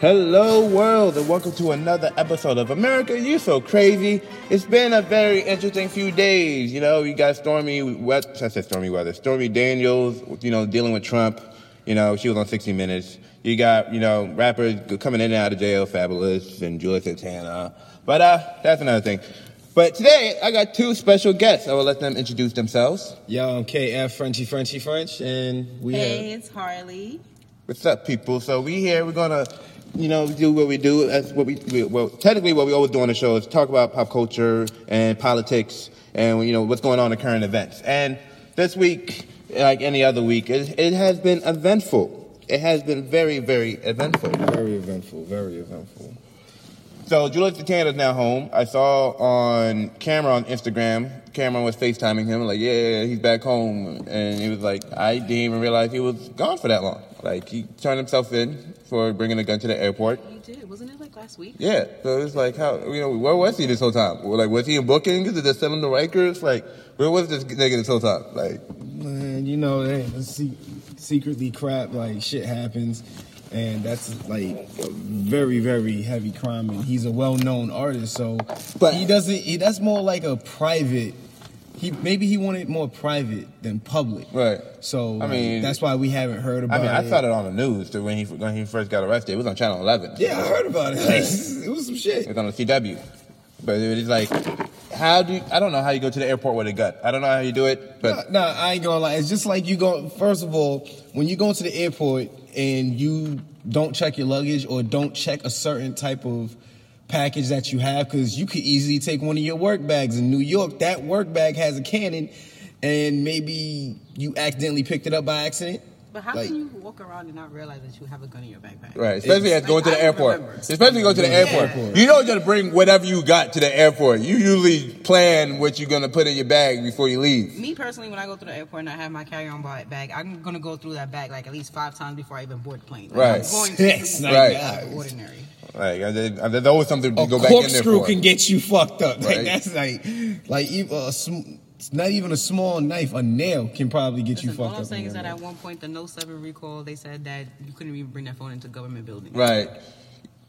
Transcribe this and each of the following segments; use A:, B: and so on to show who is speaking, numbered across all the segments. A: Hello, world, and welcome to another episode of America. You so crazy. It's been a very interesting few days. You know, you got stormy, we- I said stormy weather, Stormy Daniels. You know, dealing with Trump. You know, she was on 60 Minutes. You got, you know, rappers coming in and out of jail, Fabulous and Julia Santana. But uh, that's another thing. But today I got two special guests. I will let them introduce themselves.
B: Yo, I'm KF Frenchy Frenchy French, and we
C: Hey, it's Harley.
A: What's up, people? So we here. We're gonna, you know, do what we do. That's what we, we well, technically, what we always do on the show is talk about pop culture and politics, and you know what's going on in current events. And this week, like any other week, it, it has been eventful. It has been very, very eventful.
B: have very eventful, very eventful.
A: So Julius Santana's now home. I saw on camera on Instagram, Cameron was FaceTiming him, like, yeah, he's back home. And he was like, I didn't even realize he was gone for that long. Like, he turned himself in for bringing a gun to the airport.
C: You did. Wasn't it like last week?
A: Yeah, so it's like, how, you know, where was he this whole time? Well, Like, was he in bookings? Did they send him to Rikers? Like, where was this nigga this whole time? Like,
B: Man, you know, that ain't se- secretly crap, like shit happens, and that's like a very, very heavy crime. And he's a well-known artist, so
A: But-
B: but he doesn't. He, that's more like a private. He maybe he wanted more private than public.
A: right.
B: So
A: I
B: like,
A: mean-
B: that's why we haven't heard
A: I
B: about
A: mean,
B: it.
A: I saw it on the news too, when he, when he first got arrested. It was on Channel 11.
B: Yeah, I heard about it. it was some shit.
A: It's on the CW. But it's like, how do you, I don't know how you go to the airport with a gun. I don't know how you do it, but
B: No, no, I ain't gonna lie. It's just like you go. First of all, when you go to the airport and you don't check your luggage or don't check a certain type of package that you have, because you could easily take one of your work bags in New York. That work bag has a cannon, and maybe you accidentally picked it up by accident.
C: But how
B: Like-
C: can you walk around and not realize that you have a gun in your backpack?
A: right, especially as going to the
C: I
A: airport.
C: remember.
A: Especially going to the
B: Yeah.
A: airport.
B: Airport.
A: You don't just bring whatever you got to the airport. You usually plan what you're gonna put in your bag before you leave.
C: Me personally, when I go through the airport and I have my carry-on ba- bag, I'm gonna go through that bag like at least five times before I even board the plane. Like,
A: Right.
C: I'm going
B: Yes,
C: to
B: my
A: Right.
B: God.
C: ordinary.
A: Like I- I- there's always something to
B: A
A: go back in there
B: corkscrew
A: for.
B: can get you fucked up.
A: Right.
B: Like that's like, like even a sm- it's not even a small knife, a nail can probably get you
C: Listen,
B: fucked
C: all
B: up.
C: I'm saying
B: in
C: is
B: there,
C: that
B: man.
C: at one point, the No Seven recall, they said that you couldn't even bring that phone into government buildings.
A: Right.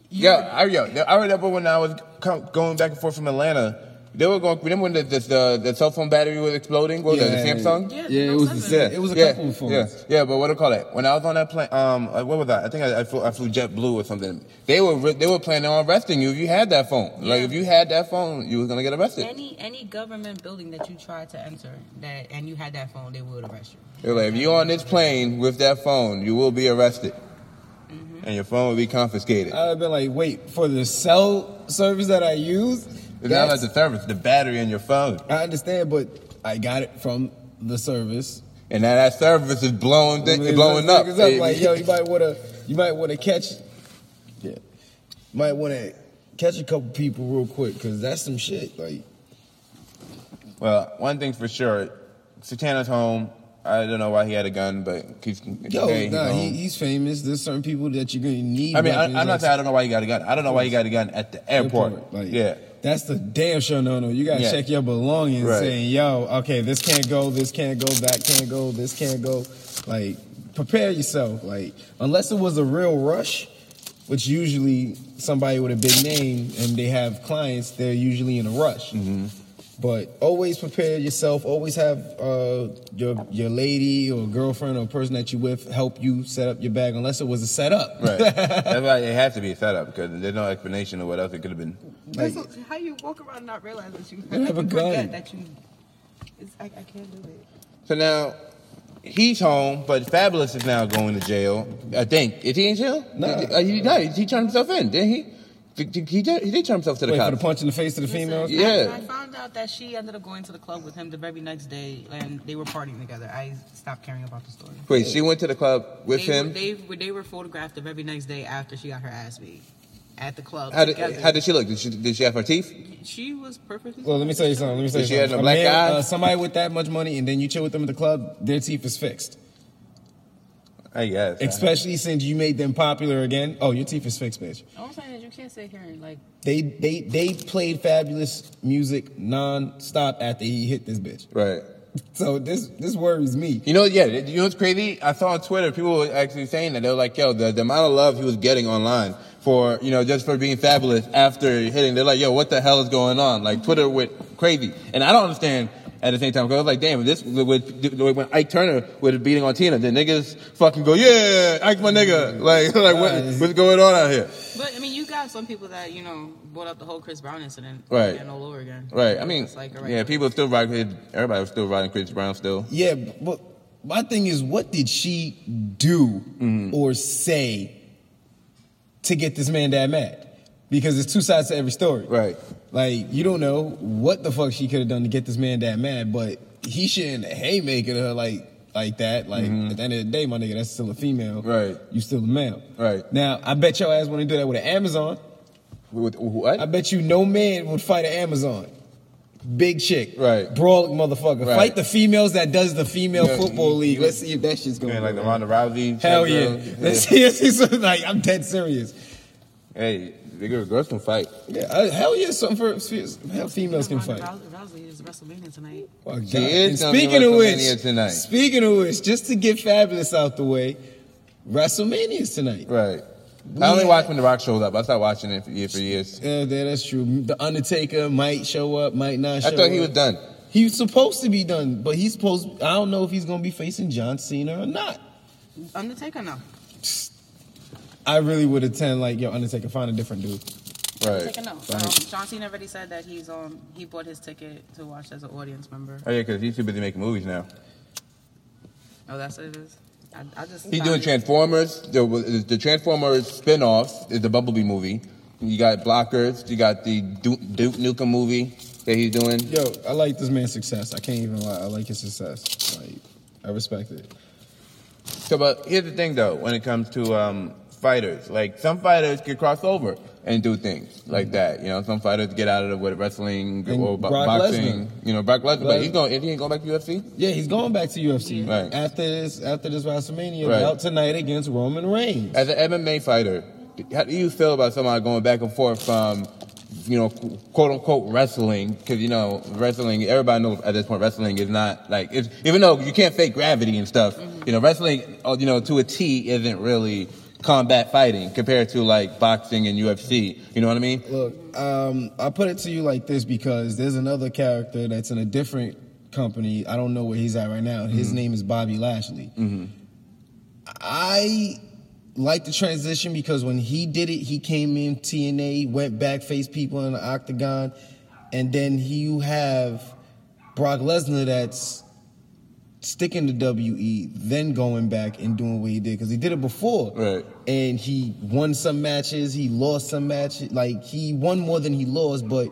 A: Yeah, I, yo, I remember when I was co- going back and forth from Atlanta. They were going. Remember when the the, the, the cell phone battery was exploding? What was that, Oh, the
B: Yeah.
A: Samsung?
C: Yeah,
B: Yeah,
C: no
B: it was the
C: seven.
B: same. It was a couple of phones.
A: Yeah, yeah, but what do you call it? When I was on that plane, um, uh, what was that? I think I, I flew, I flew JetBlue or something. They were re- they were planning on arresting you if you had that phone. Like
C: Yeah.
A: if you had that phone, you was gonna get arrested.
C: Any any government building that you tried to enter that and you had that phone, they would arrest you.
A: they were like, if you're on this plane with that phone, you will be arrested,
C: Mm-hmm.
A: and your phone will be confiscated.
B: I've been like, wait, for the cell service that I use,
A: it's not
B: that's-
A: like the service, the battery in your phone,
B: I understand, but I got it from the service.
A: and now that service is blowing
B: I
A: th-
B: mean,
A: blowing
B: like,
A: up.
B: niggas Like, yo, you might wanna, you might wanna catch, yeah, might wanna catch a couple people real quick, cause that's some shit. Like,
A: Well, one thing's for sure, Satana's home. I don't know why he had a gun, but he's
B: yo,
A: hey, he's
B: nah, he,
A: home.
B: he's famous. There's certain people that you're gonna need.
A: I mean, I,
B: weapons,
A: I'm not
B: like,
A: saying I don't know why you got a gun. I don't know why you got a gun at the airport.
B: Like,
A: yeah.
B: That's the damn sure no no. You gotta
A: Yeah.
B: check your belongings
A: Right.
B: saying, yo, okay, this can't go, this can't go, that can't go, this can't go. Like, prepare yourself. Like, unless it was a real rush, which usually somebody with a big name and they have clients, they're usually in a rush.
A: Mm-hmm.
B: But always prepare yourself. Always have uh, your your lady or girlfriend or person that you with help you set up your bag, unless it was a setup.
A: Right. That's why it has to be a setup because there's no explanation of what else it could have been.
B: Like-
C: That's how you walk around and not realize that you
B: You have a
C: you
B: gun.
C: forget That you, it's, I, I can't do it.
A: So now he's home, but Fabulous is now going to jail. I think. Is he in jail?
B: No.
A: Uh, he, no, he turned himself in, didn't he? Did- did- He did, he did turn himself to the
B: Wait for
A: cops.
B: the punch in the face of the female.
A: Yeah.
C: I, I found out that she ended up going to the club with him the very next day, and they were partying together. I stopped caring about the story.
A: Wait, she went to the club with
C: they,
A: him?
C: Were, they, were, they were photographed the very next day after she got her ass beat at the club.
A: how, did,
C: together.
A: how did she look? Did she, did she have her teeth?
C: she was perfectly.
B: Well, let me tell you something. Let me tell you
A: If she
B: something.
A: had no black eye?
B: uh, somebody with that much money, and then you chill with them at the club, their teeth is fixed.
A: I guess.
B: Especially since you made them popular again. Oh, your teeth is fixed, bitch.
C: I'm saying is you can't sit here and like.
B: They they they played fabulous music non-stop after he hit this bitch.
A: right.
B: So this this worries me.
A: You know, yeah. You know what's crazy? I saw on Twitter people were actually saying that they were like, "Yo, the, the amount of love he was getting online for you know just for being fabulous after hitting. They're like, yo, what the hell is going on? Like Twitter went crazy, and I don't understand. At the same time, 'cause I was like, damn, this with, with- when Ike Turner was beating on Tina, the niggas fucking go, yeah, Ike my nigga, like, like what, what's going on out here?
C: But I mean, you got some people that you know brought up the whole Chris Brown incident,
A: Right.
C: And all over again,
A: Right. I mean,
C: It's like, all right.
A: yeah, people still rock. His, everybody was still riding Chris Brown still.
B: Yeah, but my thing is, what did she do
A: Mm-hmm.
B: or say to get this man that mad? Because it's two sides to every story.
A: Right.
B: Like, you don't know what the fuck she could have done to get this man that mad, but he shouldn't haymaker her like like that. Like, at the end of the day, my nigga, that's still a female.
A: Mm-hmm. Right.
B: You still a male.
A: Right.
B: Now, I bet your ass want to do that with an Amazon.
A: With, with what?
B: I bet you no man would fight an Amazon. Big chick.
A: Right.
B: Brawlic motherfucker.
A: Right.
B: Fight the females that does the female
A: Yeah.
B: football league. Let's see if that shit's going
A: Man,
B: to
A: like the Ronda Rousey. type
B: Hell yeah.
A: girl.
B: Let's see if she's like, I'm dead serious.
A: Hey, nigga, girls can fight.
B: Yeah, uh, hell yeah, something for for- hell females can fight.
C: Ronda Rousey is WrestleMania tonight.
B: Fuck
A: She
B: God.
A: is
B: And
A: gonna be
B: speaking of
A: WrestleMania
B: which,
A: tonight.
B: speaking of which, just to get fabulous out the way, WrestleMania's tonight.
A: Right.
B: We-
A: I only watch when The Rock shows up. I stopped watching it for, year, for years.
B: Yeah, Uh, yeah, that's true. The Undertaker might show up, might not show
A: I
B: up.
A: thought he was done.
B: He was supposed to be done, but he's supposed. I don't know if he's gonna be facing John Cena or not.
C: Undertaker, no.
B: I really would attend like yo Undertaker, find a different dude.
A: Right.
C: Undertaker, no. Um,
B: Right.
C: John Cena already said that he's um he bought his ticket to watch as an audience member.
A: Oh yeah, because he's too busy making movies now.
C: Oh, that's what it is. I, I just
A: He's
C: found
A: doing
C: it.
A: Transformers. The, the Transformers spin-off is the Bumblebee movie. You got Blockers. You got the Duke, Duke Nukem movie that he's doing.
B: Yo, I like this man's success. I can't even lie. I like his success. Like I respect it.
A: So, but here's the thing though, when it comes to um, fighters, like some fighters could cross over and do things like that. You know, some fighters get out of the with wrestling
B: And
A: or bo-
B: Brock
A: boxing.
B: Lesnar.
A: You know, Brock Lesnar, but
B: Les-
A: he's going. If he ain't going back to UFC,
B: Yeah, he's going back to UFC
A: Yeah. Right.
B: after this after this WrestleMania
A: Right.
B: bout tonight against Roman Reigns.
A: as an MMA fighter, how do you feel about somebody going back and forth from? You know, quote unquote wrestling, because you know wrestling. Everybody knows at this point wrestling is not like, it's, even though you can't fake gravity and stuff. You know, wrestling, oh, you know, to a T isn't really combat fighting compared to like boxing and UFC. You know what I mean?
B: Look, um, I put it to you like this because there's another character that's in a different company. I don't know where he's at right now. His name is Bobby Lashley. I like the transition because when he did it, he came in TNA, went back, faced people in the octagon, and then he- you have Brock Lesnar that's sticking to WE, then going back and doing what he did because he did it before.
A: Right.
B: And he won some matches, he lost some matches. Like he won more than he lost, but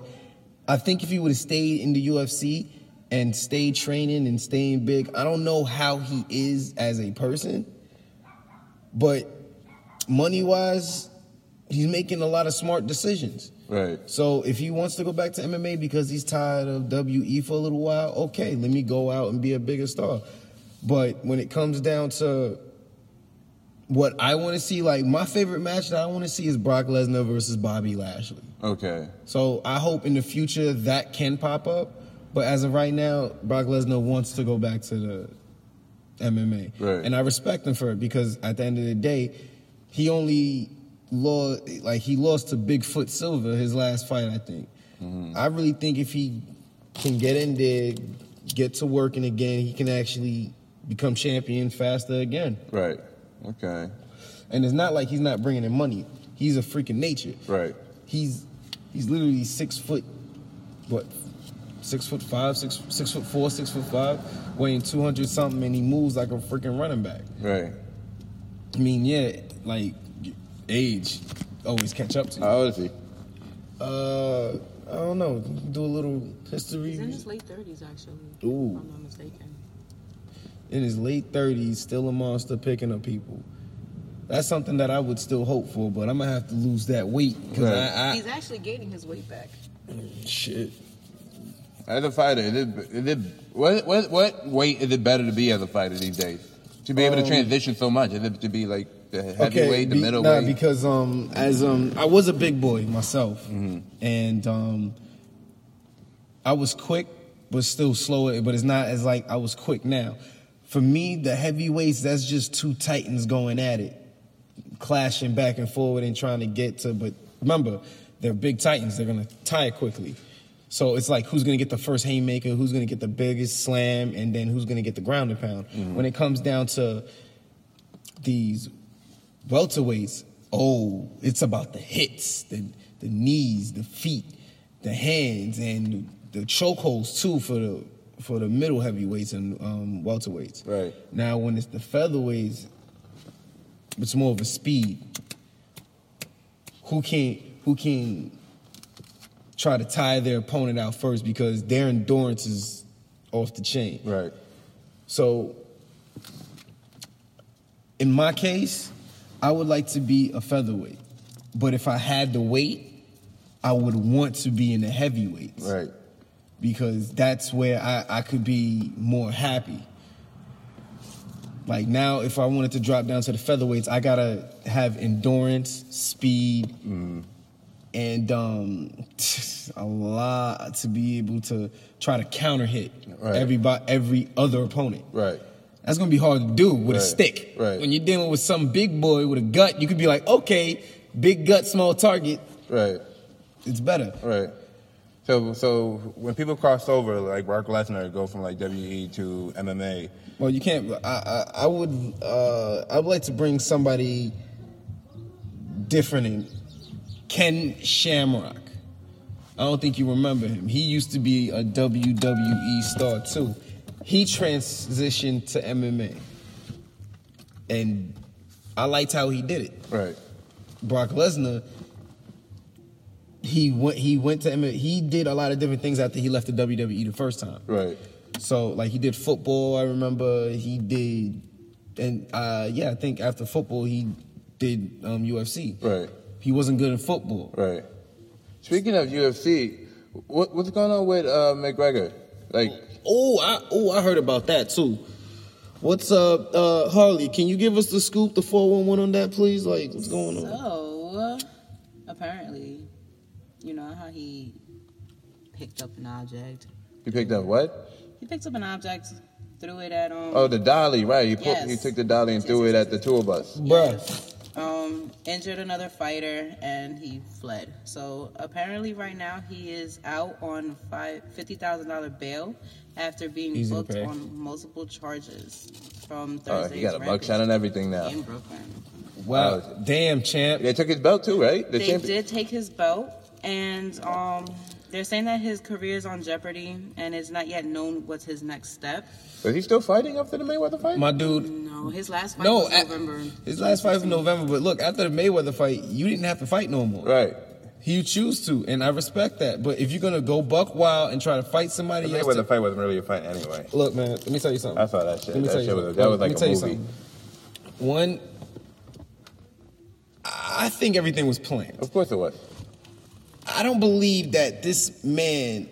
B: I think if he would have stayed in the UFC and stayed training and staying big, I don't know how he is as a person, but money wise, he's making a lot of smart decisions.
A: Right.
B: So if he wants to go back to MMA because he's tired of WE for a little while, okay, let me go out and be a bigger star. But when it comes down to what I want to see, like my favorite match that I want to see is Brock Lesnar versus Bobby Lashley.
A: Okay.
B: So I hope in the future that can pop up. But as of right now, Brock Lesnar wants to go back to the MMA.
A: Right.
B: And I respect him for it because at the end of the day, he only lost like he lost to Bigfoot Silva his last fight, I think. I really think if he can get in there, get to working again, he can actually become champion faster again.
A: Right. Okay.
B: And it's not like he's not bringing in money. He's a freaking nature.
A: Right.
B: He's he's literally six foot, what, six foot five, six six foot four, six foot five, weighing two hundred something, and he moves like a freaking running back.
A: Right.
B: I mean, yeah, like age always catch up to you.
A: How old is he?
B: Uh, I don't know. Do a little history.
C: He's in his late thirties, actually.
B: Ooh.
C: If I'm not mistaken.
B: in his late thirties, still a monster picking up people. That's something that I would still hope for, but I'm gonna have to lose that weight because
A: Right.
B: I, I
C: He's actually gaining his weight back.
B: shit.
A: As a fighter, is it, is it what, what what weight is it better to be as a fighter these days? To be able to
B: Um,
A: transition so much, is it to be like the heavyweight, the
B: be- Nah,
A: middleweight?
B: because um, as um, I was a big boy myself,
A: Mm-hmm.
B: and um, I was quick, but still slow. But it's not as like I was quick now. For me, the heavyweights, that's just two titans going at it. clashing back and forward and trying to get to. But remember, they're big titans. They're gonna tire quickly. So it's like who's gonna get the first haymaker, who's gonna get the biggest slam, and then who's gonna get the ground and pound.
A: Mm-hmm.
B: When it comes down to these welterweights, oh, it's about the hits, the the knees, the feet, the hands, and the chokeholds too for the for the middle heavyweights and um, welterweights.
A: Right.
B: Now, when it's the featherweights, it's more of a speed. Who can who can try to tie their opponent out first because their endurance is off the chain.
A: Right.
B: So, in my case, I would like to be a featherweight. But if I had the weight, I would want to be in the heavyweights.
A: Right.
B: Because that's where I, I could be more happy. Like now, if I wanted to drop down to the featherweights, I gotta have endurance, speed,
A: Mm-hmm.
B: and um, a lot to be able to try to counter hit
A: Right.
B: everybody, every other opponent.
A: Right.
B: That's gonna be hard to do with a
A: Right,
B: stick.
A: right.
B: When you're dealing with some big boy with a gut, you could be like, okay, big gut, small target,
A: Right.
B: it's better.
A: Right. So so when people cross over, like Brock Lesnar go from like WE to MMA.
B: Well, you can't. I I, I would uh, I would like to bring somebody different in. Ken Shamrock. I don't think you remember him. He used to be a WWE star too. He transitioned to MMA, and I liked how he did it.
A: Right.
B: Brock Lesnar, he went he went to MMA. He did a lot of different things after he left the WWE the first time.
A: Right.
B: So like he did football. I remember he did, and uh, yeah, I think after football he did um, UFC.
A: Right.
B: He wasn't good in football.
A: Right. Speaking of UFC, what what's going on with uh, McGregor? Like
B: Oh, I oh I heard about that too. What's up, uh, Harley? Can you give us the scoop, the four one one on that, please? Like what's going on?
C: So, apparently, you know how he picked up an object.
A: he picked up what?
C: He picked up an object, threw it at um,
A: Oh, the dolly. Right. He put, he
C: Yes.
A: took the dolly and threw it at the tour bus.
B: Bruh.
C: um, injured another fighter, and he fled. So apparently, right now he is out on five fifty thousand dollar bail after being
B: Easy to
C: booked
B: pay.
C: on multiple charges from
A: Oh,
C: Thursday's
A: he got a buck
C: Rampage
A: shot and everything now.
C: in Brooklyn.
B: Wow. Damn, champ.
A: They took his belt too, right? The
C: they did take his belt, and um, they're saying that his career is on jeopardy, and it's not yet known what's his next step.
A: Is he still fighting after the Mayweather fight?
B: My dude,
C: No, his last fight
B: No,
C: was
B: at-
C: November.
B: His last fight was in November, but look, after the Mayweather fight, you didn't have to fight no more.
A: right.
B: You choose to, and I respect that. But if you're gonna go buck wild and try to fight
A: The
B: somebody else,
A: Mayweather fight wasn't really a fight anyway.
B: to- look, man, let me tell you something.
A: I saw that shit.
B: Let me
A: That
B: tell you
A: shit was-
B: something.
A: that was
B: Let me
A: like a
B: tell you
A: movie.
B: something. One, I think everything was planned.
A: Of course it was.
B: I don't believe that this man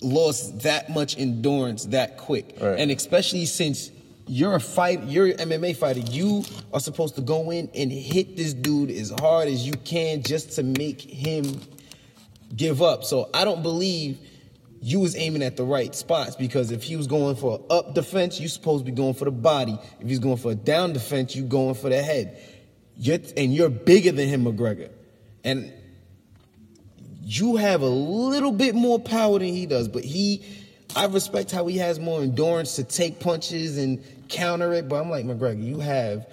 B: lost that much endurance that quick.
A: Right.
B: And especially since you're a fight, you're an MMA fighter, you are supposed to go in and hit this dude as hard as you can just to make him give up. So I don't believe you was aiming at the right spots because if he was going for a up defense, you supposed to be going for the body. If he's going for a down defense, you going for the head. You're, and you're bigger than him, McGregor. And you have a little bit more power than he does, but he, I respect how he has more endurance to take punches and counter it. But I'm like McGregor, you have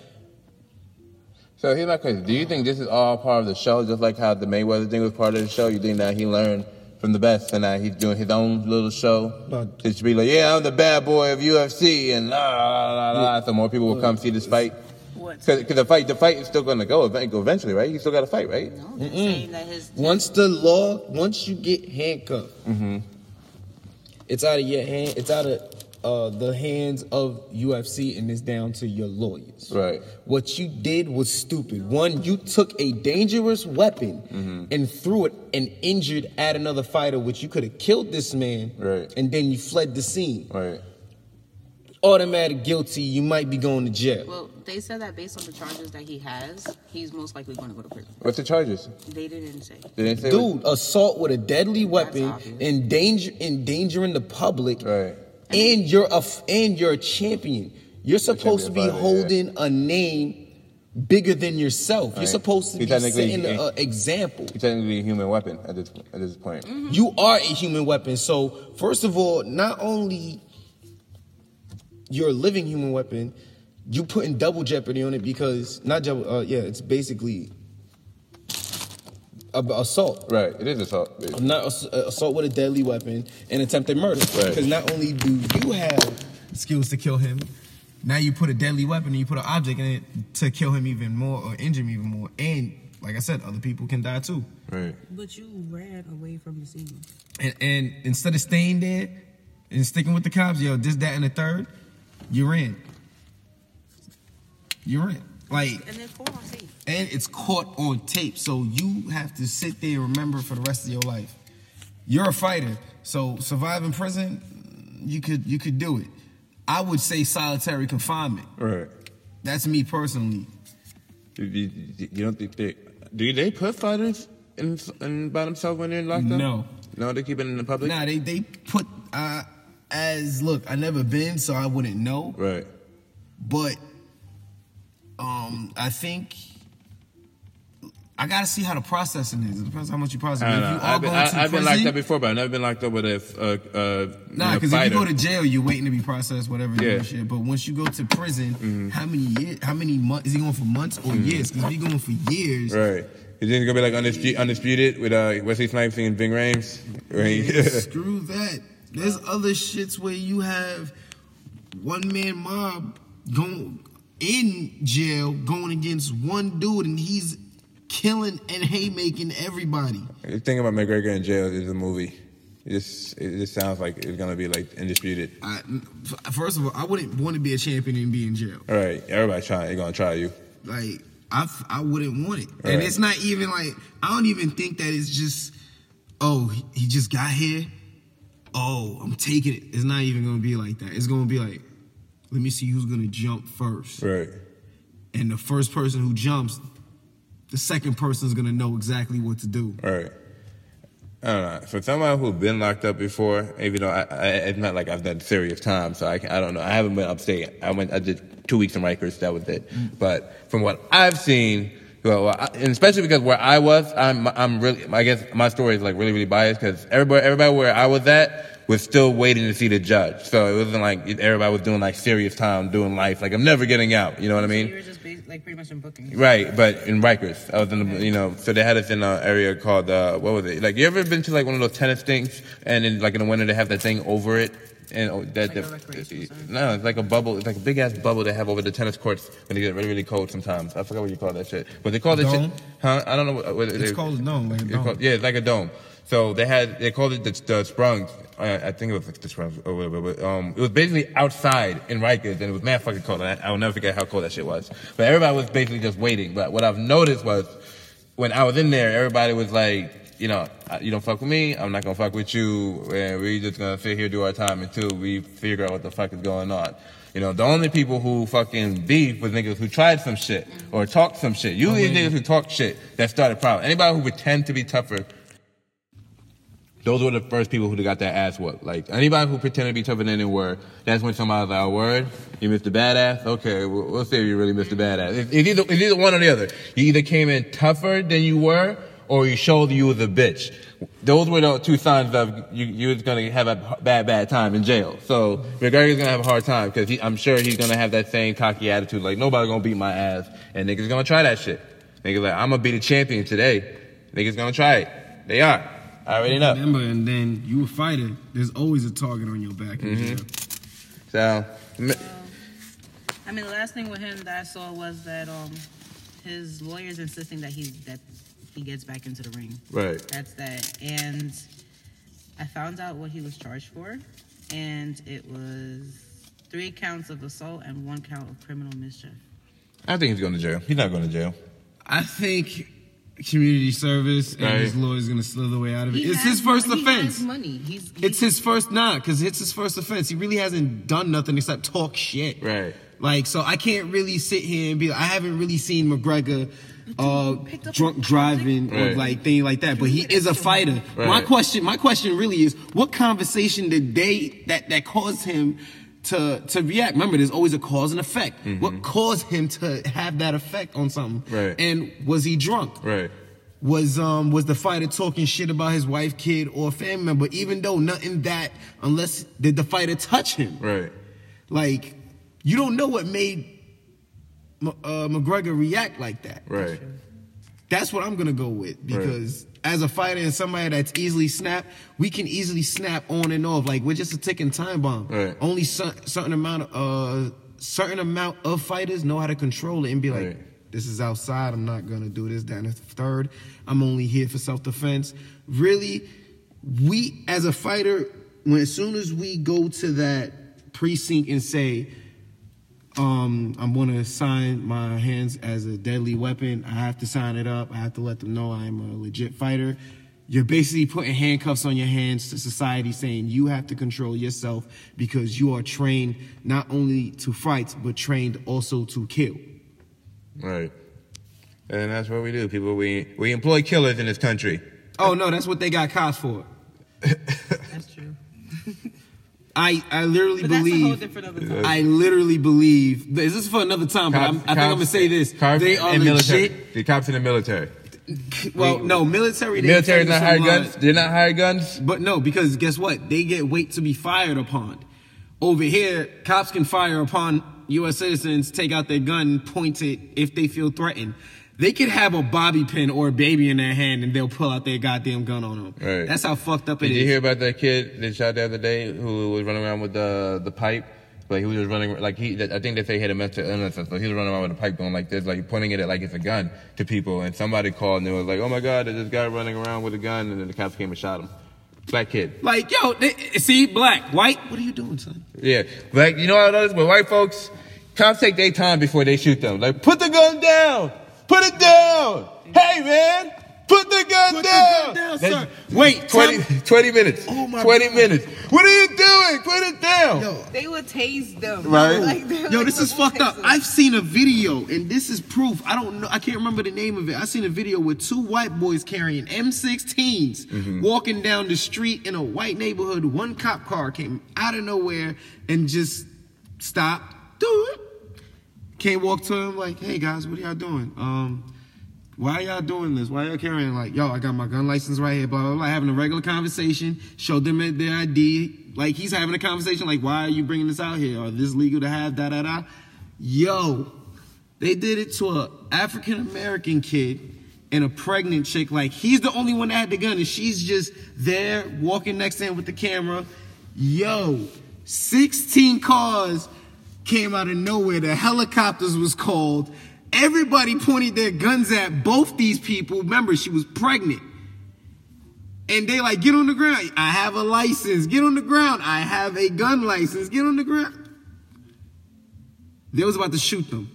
A: So here's my question: Do you think this is all part of the show, just like how the Mayweather thing was part of the show? You think that he learned from the best, and now he's doing his own little show?
B: No.
A: Just to be like, yeah, I'm the bad boy of UFC, and la la la la. la. So more people will come see this fight.
C: What?
A: Because the fight, the fight is still going to go event- go eventually, right? You still got to fight, right?
C: No, they're saying that his
B: once the law, once you get handcuffed,
A: Mm-hmm.
B: it's out of your hand. It's out of uh, the hands of UFC, and it's down to your lawyers.
A: Right.
B: What you did was stupid. One, you took a dangerous weapon
A: Mm-hmm.
B: and threw it and injured at another fighter, which you could have killed this man.
A: Right.
B: And then you fled the scene.
A: Right.
B: Automatic guilty. You might be going to jail.
C: well, they said that based on the charges that he has, he's most likely going to go to prison.
A: What's the charges?
C: They didn't say.
A: They didn't say what-
B: Dude, assault with a deadly weapon,
C: obvious.
B: endanger, endangering the public,
A: Right.
B: and you're a f- and you're a champion. You're supposed to be
A: champion fighter, yeah.
B: holding a name bigger than yourself. You're
A: Right.
B: supposed to
A: He
B: be
A: technically-
B: setting an example.
A: You're technically a human weapon at this at this point.
C: Mm-hmm.
B: You are a human weapon. So first of all, not only you're a living human weapon, you putting double jeopardy on it because not double. Uh, yeah, it's basically ab- assault.
A: Right. It is assault. It-
B: Not ass- uh, assault with a deadly weapon and attempted murder.
A: Right.
B: Because not only do you have skills to kill him, now you put a deadly weapon and you put an object in it to kill him even more or injure him even more. And like I said, other people can die too.
A: Right.
D: But you ran away from the scene.
B: and, and instead of staying there and sticking with the cops, yo, this, that, and the third, you're in. You're in. Like,
D: And then caught on tape.
B: and it's caught on tape. So you have to sit there and remember for the rest of your life. You're a fighter. So survive in prison, you could you could do it. I would say solitary confinement.
A: Right.
B: That's me personally.
A: You, you, you don't think they do they put fighters in, in by themselves when they're in locked up?
B: No.
A: No, they keep it in the public.
B: Nah, they they put uh as look, I never been, so I wouldn't know.
A: Right.
B: But um, I think I gotta see how the processing is. It depends how much you process.
A: I
B: If
A: don't
B: you
A: know.
B: are
A: I've, been,
B: going
A: I,
B: to
A: I've been
B: prison,
A: locked up before, but I've never been locked up with a uh, uh, you
B: Nah,
A: know,
B: because if you go
A: fighter.
B: to jail, you're waiting to be processed, whatever.
A: Yeah. Mm-hmm.
B: Yeah. Shit. But once you go to prison, how many years? How many months? Is he going for months or years? Because if he going for years,
A: Right. Is this gonna be like undisputed, undisputed with uh, Wesley Snipes and Ving Rhames? Right.
B: screw that. There's other shits where you have one man mob going in jail, going against one dude, and he's killing and haymaking everybody.
A: The thing about McGregor in jail is the movie. It just, it just sounds like it's gonna be like undisputed.
B: I, first of all, I wouldn't want to be a champion and be in jail.
A: All right, everybody trying. They're gonna try you.
B: Like I, f- I wouldn't want it. And
A: Right.
B: it's not even like I don't even think that it's just. Oh, he- he just got here. Oh, I'm taking it. It's not even gonna be like that. It's gonna be like, let me see who's gonna jump first.
A: Right.
B: And the first person who jumps, the second person's gonna know exactly what to do.
A: All right. I don't know. For somebody who's been locked up before, even though I, I, it's not like I've done serious time, so I, can, I don't know. I haven't been upstate. I went, I did two weeks in Rikers. That was it. But from what I've seen, well, I, and especially because where I was, I'm, I'm really. I guess my story is like really, really biased because everybody, everybody where I was at was still waiting to see the judge. So it wasn't like everybody was doing like serious time, doing life. Like I'm never getting out. You know what I mean?
D: You were just bas- like pretty much in booking.
A: Right, but in Rikers, I was in the,
D: Mm-hmm.
A: you know, so they had us in an area called uh, what was it? Like, you ever been to like one of those tennis things, and then like in the winter they have that thing over it, and oh, that
D: Like a
A: that-
D: recreational center?
A: no, it's like a bubble, it's like a big ass bubble they have over the tennis courts when they get really really cold sometimes. I forgot what you call that shit, but they call that shit,
B: Dome?
A: huh? I don't know what, what
B: It's called a dome, like a
A: it's
B: dome.
A: called- yeah, it's like a dome. So they had they called it the, the sprung. I, I think it was like the sprung or whatever. But um, it was basically outside in Rikers, and it was mad fucking cold. And I, I'll never forget how cold that shit was. But everybody was basically just waiting. But what I've noticed was when I was in there, everybody was like, you know, "Uh, you don't fuck with me, I'm not gonna fuck with you, and we just gonna sit here do our time until we figure out what the fuck is going on. You know, the only people who fucking beef was niggas who tried some shit or talked some shit. Usually it's niggas who talk shit that started problems. Anybody who pretend to be tougher those were the first people who got their ass whooped. Like anybody who pretended to be tougher than they were, that's when somebody was like, "Oh, "Word, you missed the badass." Okay, we'll, we'll see if you really missed the badass. It's, it's, either, it's either one or the other. You either came in tougher than you were, or you showed you was a bitch. Those were the two signs of you, you was gonna have a bad, bad time in jail. So McGregor's gonna have a hard time because I'm sure he's gonna have that same cocky attitude, like nobody gonna beat my ass, and niggas gonna try that shit. Niggas like, I'm gonna be the champion today. Niggas gonna try it. They are. I already know.
B: Remember, and then you a fighter. There's always a target on your back. in
A: Mm-hmm.
B: jail.
A: So, m-
D: I mean, the last thing with him that I saw was that um, his lawyer's insisting that he that he gets back into the ring.
A: right.
D: That's that. And I found out what he was charged for, and it was three counts of assault and one count of criminal mischief.
A: I think he's going to jail. He's not going to jail.
B: I think community service and
A: Right.
B: his lawyer's gonna slither the way out of it.
D: He
B: it's
D: has
B: his first
D: mon- he
B: offense.
D: has money. He's,
B: It's his first nah, because it's his first offense. He really hasn't done nothing except talk shit.
A: Right.
B: Like, so I can't really sit here and be like, I haven't really seen McGregor uh,
D: picked up
B: drunk
D: on
B: driving or
A: Right.
B: like thing like that. But he is a fighter. My
A: Right.
B: question my question really is what conversation did they that that caused him to to react. Remember, there's always a cause and effect. What caused him to have that effect on something?
A: Mm-hmm. Right.
B: And was he drunk?
A: Right.
B: was um was the fighter talking shit about his wife, kid, or family member, even though nothing that unless did the fighter touch him.
A: Right.
B: Like, you don't know what made M- uh, McGregor react like that.
A: Right.
B: That's what I'm gonna go with
A: Right.
B: because as a fighter and somebody that's easily snapped, we can easily snap on and off. Like we're just a ticking time bomb.
A: Right.
B: Only cer- certain amount of uh, certain amount of fighters know how to control it and be like,
A: Right.
B: this is outside. I'm not gonna do this. That and the third. I'm only here for self defense. Really, we as a fighter, when as soon as we go to that precinct and say, um, I'm gonna sign my hands as a deadly weapon. I have to sign it up. I have to let them know I'm a legit fighter. You're basically putting handcuffs on your hands to society, saying you have to control yourself because you are trained not only to fight, but trained also to kill.
A: Right. And that's what we do, people. We we employ killers in this country.
B: Oh no, that's what they got cops for.
D: That's true.
B: I I literally
D: But that's a whole
B: believe.
D: different other topic.
B: I literally believe. This is for another time, but I'm, I
A: Cops-
B: think I'm gonna
A: cops-
B: say this.
A: cops
B: They are
A: and
B: legit.
A: military. The cops in the military.
B: Well, no, military. they
A: military's not hired
B: technically lied.
A: guns. They're not hired guns.
B: But no, because guess what? They get weight to be fired upon. Over here, cops can fire upon U.S. citizens, take out their gun, point it if they feel threatened. They could have a bobby pin or a baby in their hand, and they'll pull out their goddamn gun on them.
A: Right.
B: That's how fucked up it
A: Did
B: is.
A: you hear about that kid they shot the other day who was running around with the the pipe? Like he was just running like he. I think they say he had a mental illness, so he was running around with a pipe going like this, like pointing it at like it's a gun to people. And somebody called and they was like, "Oh my God, there's this guy running around with a gun," and then the cops came and shot him. Black kid.
B: Like, yo, they, see, black, white, what are you doing, son?
A: Yeah, like you know what I noticed with white folks, cops take their time before they shoot them. Like, put the gun down, put it down. Hey man, put the gun
B: Put the
A: down.
B: gun down,
A: Then-
B: sir. Wait,
A: 20,
B: tell-
A: 20 minutes.
B: Oh, my
A: 20
B: God.
A: minutes. What are you doing? Put it down.
B: Yo,
D: They would taste them.
A: Right.
D: Like, they
B: Yo,
D: would-
B: this is
D: we'll
B: fucked up.
D: taste them.
B: I've seen a video, and this is proof. I don't know. I can't remember the name of it. I seen a video with two white boys carrying M16s walking down the street in a white neighborhood. One cop car came out of nowhere and just stopped. Dude, can't walk to him like, hey guys, what are y'all doing? Um, why are y'all doing this? Why are y'all carrying like, yo, I got my gun license right here, blah blah blah. Having a regular conversation, showed them their ID. Like he's having a conversation, like, why are you bringing this out here? Or this legal to have? Da da da. Yo, they did it to a African American kid and a pregnant chick. Like he's the only one that had the gun, and she's just there walking next to him with the camera. Yo, 16 cars came out of nowhere. The helicopters was called. Everybody pointed their guns at both these people. Remember, she was pregnant. And they like, get on the ground. I have a license. Get on the ground. I have a gun license. Get on the ground. They was about to shoot them.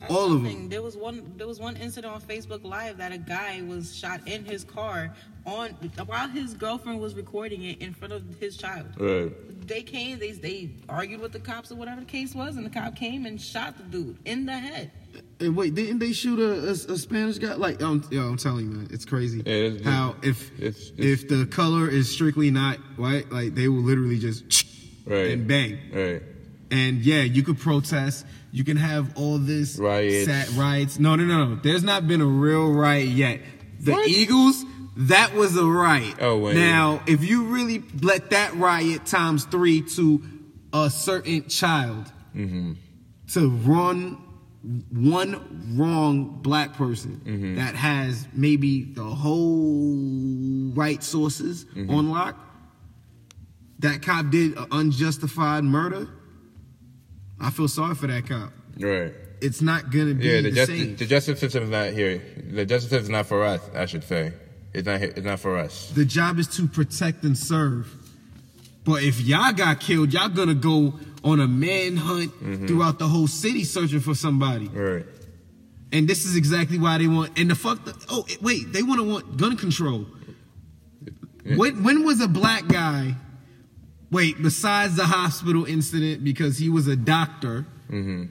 D: That's
B: All of them.
D: something. There was one. There was one incident on Facebook Live that a guy was shot in his car on while his girlfriend was recording it in front of his child.
A: Right.
D: They came. They they argued with the cops or whatever the case was, and the cop came and shot the dude in the head.
B: And wait, didn't they shoot a, a, a Spanish guy? Like, um, yo, I'm telling you, man, it's crazy
A: Yeah, it's-
B: how if
A: it's- it's-
B: if the color is strictly not white, like they will literally just
A: Right.
B: and bang.
A: Right.
B: And yeah, you could protest. You can have all this
A: Riots.
B: Sat riots. No, no, no, no. There's not been a real riot yet. The Eagles, that was a riot.
A: Oh, wait.
B: Now, if you really let that riot times three to a certain child
A: Mm-hmm.
B: to run one wrong black person
A: Mm-hmm.
B: that has maybe the whole right sources
A: Mm-hmm.
B: on lock, that cop did an unjustified murder. I feel sorry for that cop.
A: Right.
B: It's not gonna be
A: Yeah, the,
B: the,
A: just,
B: same.
A: the justice system is not here. The justice system is not for us, I should say. It's not here. It's not for us.
B: the job is to protect and serve. But if y'all got killed, y'all gonna go on a manhunt throughout the whole city searching for somebody.
A: Right.
B: And this is exactly why they want. And the fuck. The, oh wait, they want to want gun control. When when was a black guy? Wait, besides the hospital incident because he was a doctor. When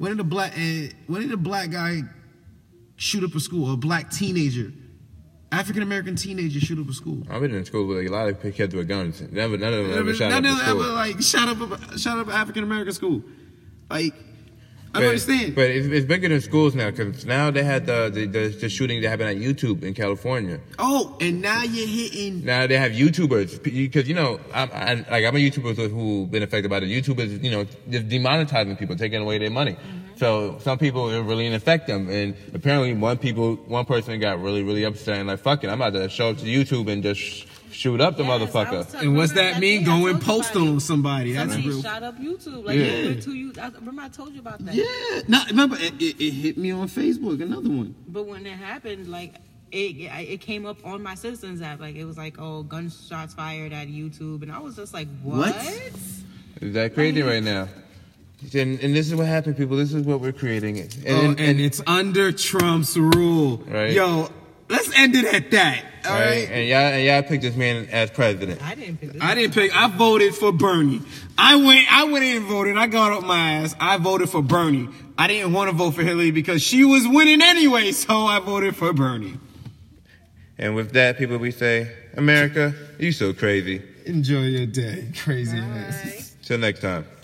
B: did a black eh, when did a black guy shoot up a school? A black teenager African American teenagers shoot up a school.
A: I've been in school with like, a lot of kids with guns. Never, none of them ever shot
B: None
A: up
B: of
A: a
B: them
A: school.
B: ever like shot up a, shot up African American school. Like I don't understand.
A: But it's, it's bigger than schools now because now they had the the, the the shooting that happened at YouTube in California.
B: oh, and now you're hitting
A: Now they have YouTubers because you know I'm I, like I'm a YouTuber who been affected by the YouTubers. You know, just demonetizing people, taking away their money. So some people it really didn't affect them, and apparently one people one person got really really upset and like fuck it, I'm about to show up to YouTube and just sh- shoot up the
C: Yes, I was
A: motherfucker.
C: talking
B: And what's
C: about
B: that
C: I
B: mean?
C: think I
B: Going
C: told
B: postal on
C: somebody.
B: somebody. That's
C: Somebody
B: real.
C: shot up YouTube. Like
A: Yeah.
C: you went to you. I, remember I told you about that.
B: Yeah. No, remember it, it, it hit me on Facebook. Another one.
C: But when it happened, like it, I- it came up on my Citizens app. Like it was like, oh, gunshots fired at YouTube, and I was just like,
B: What?
C: what?
A: Is that crazy right now? And, and this is what happened, people. This is what we're creating. And,
B: Oh,
A: and,
B: and, it's under Trump's rule.
A: Right.
B: Yo, let's end it at that. All
A: right?
B: right.
A: And y'all, and y'all picked this man as president.
C: I didn't pick this.
B: I didn't pick. I voted for Bernie. I went. I went in and voted. I got up my ass. I voted for Bernie. I didn't want to vote for Hillary because she was winning anyway. So I voted for Bernie.
A: And with that, people, we say, America, you so crazy.
B: Enjoy your day, crazy ass.
C: Right?
A: Till next time.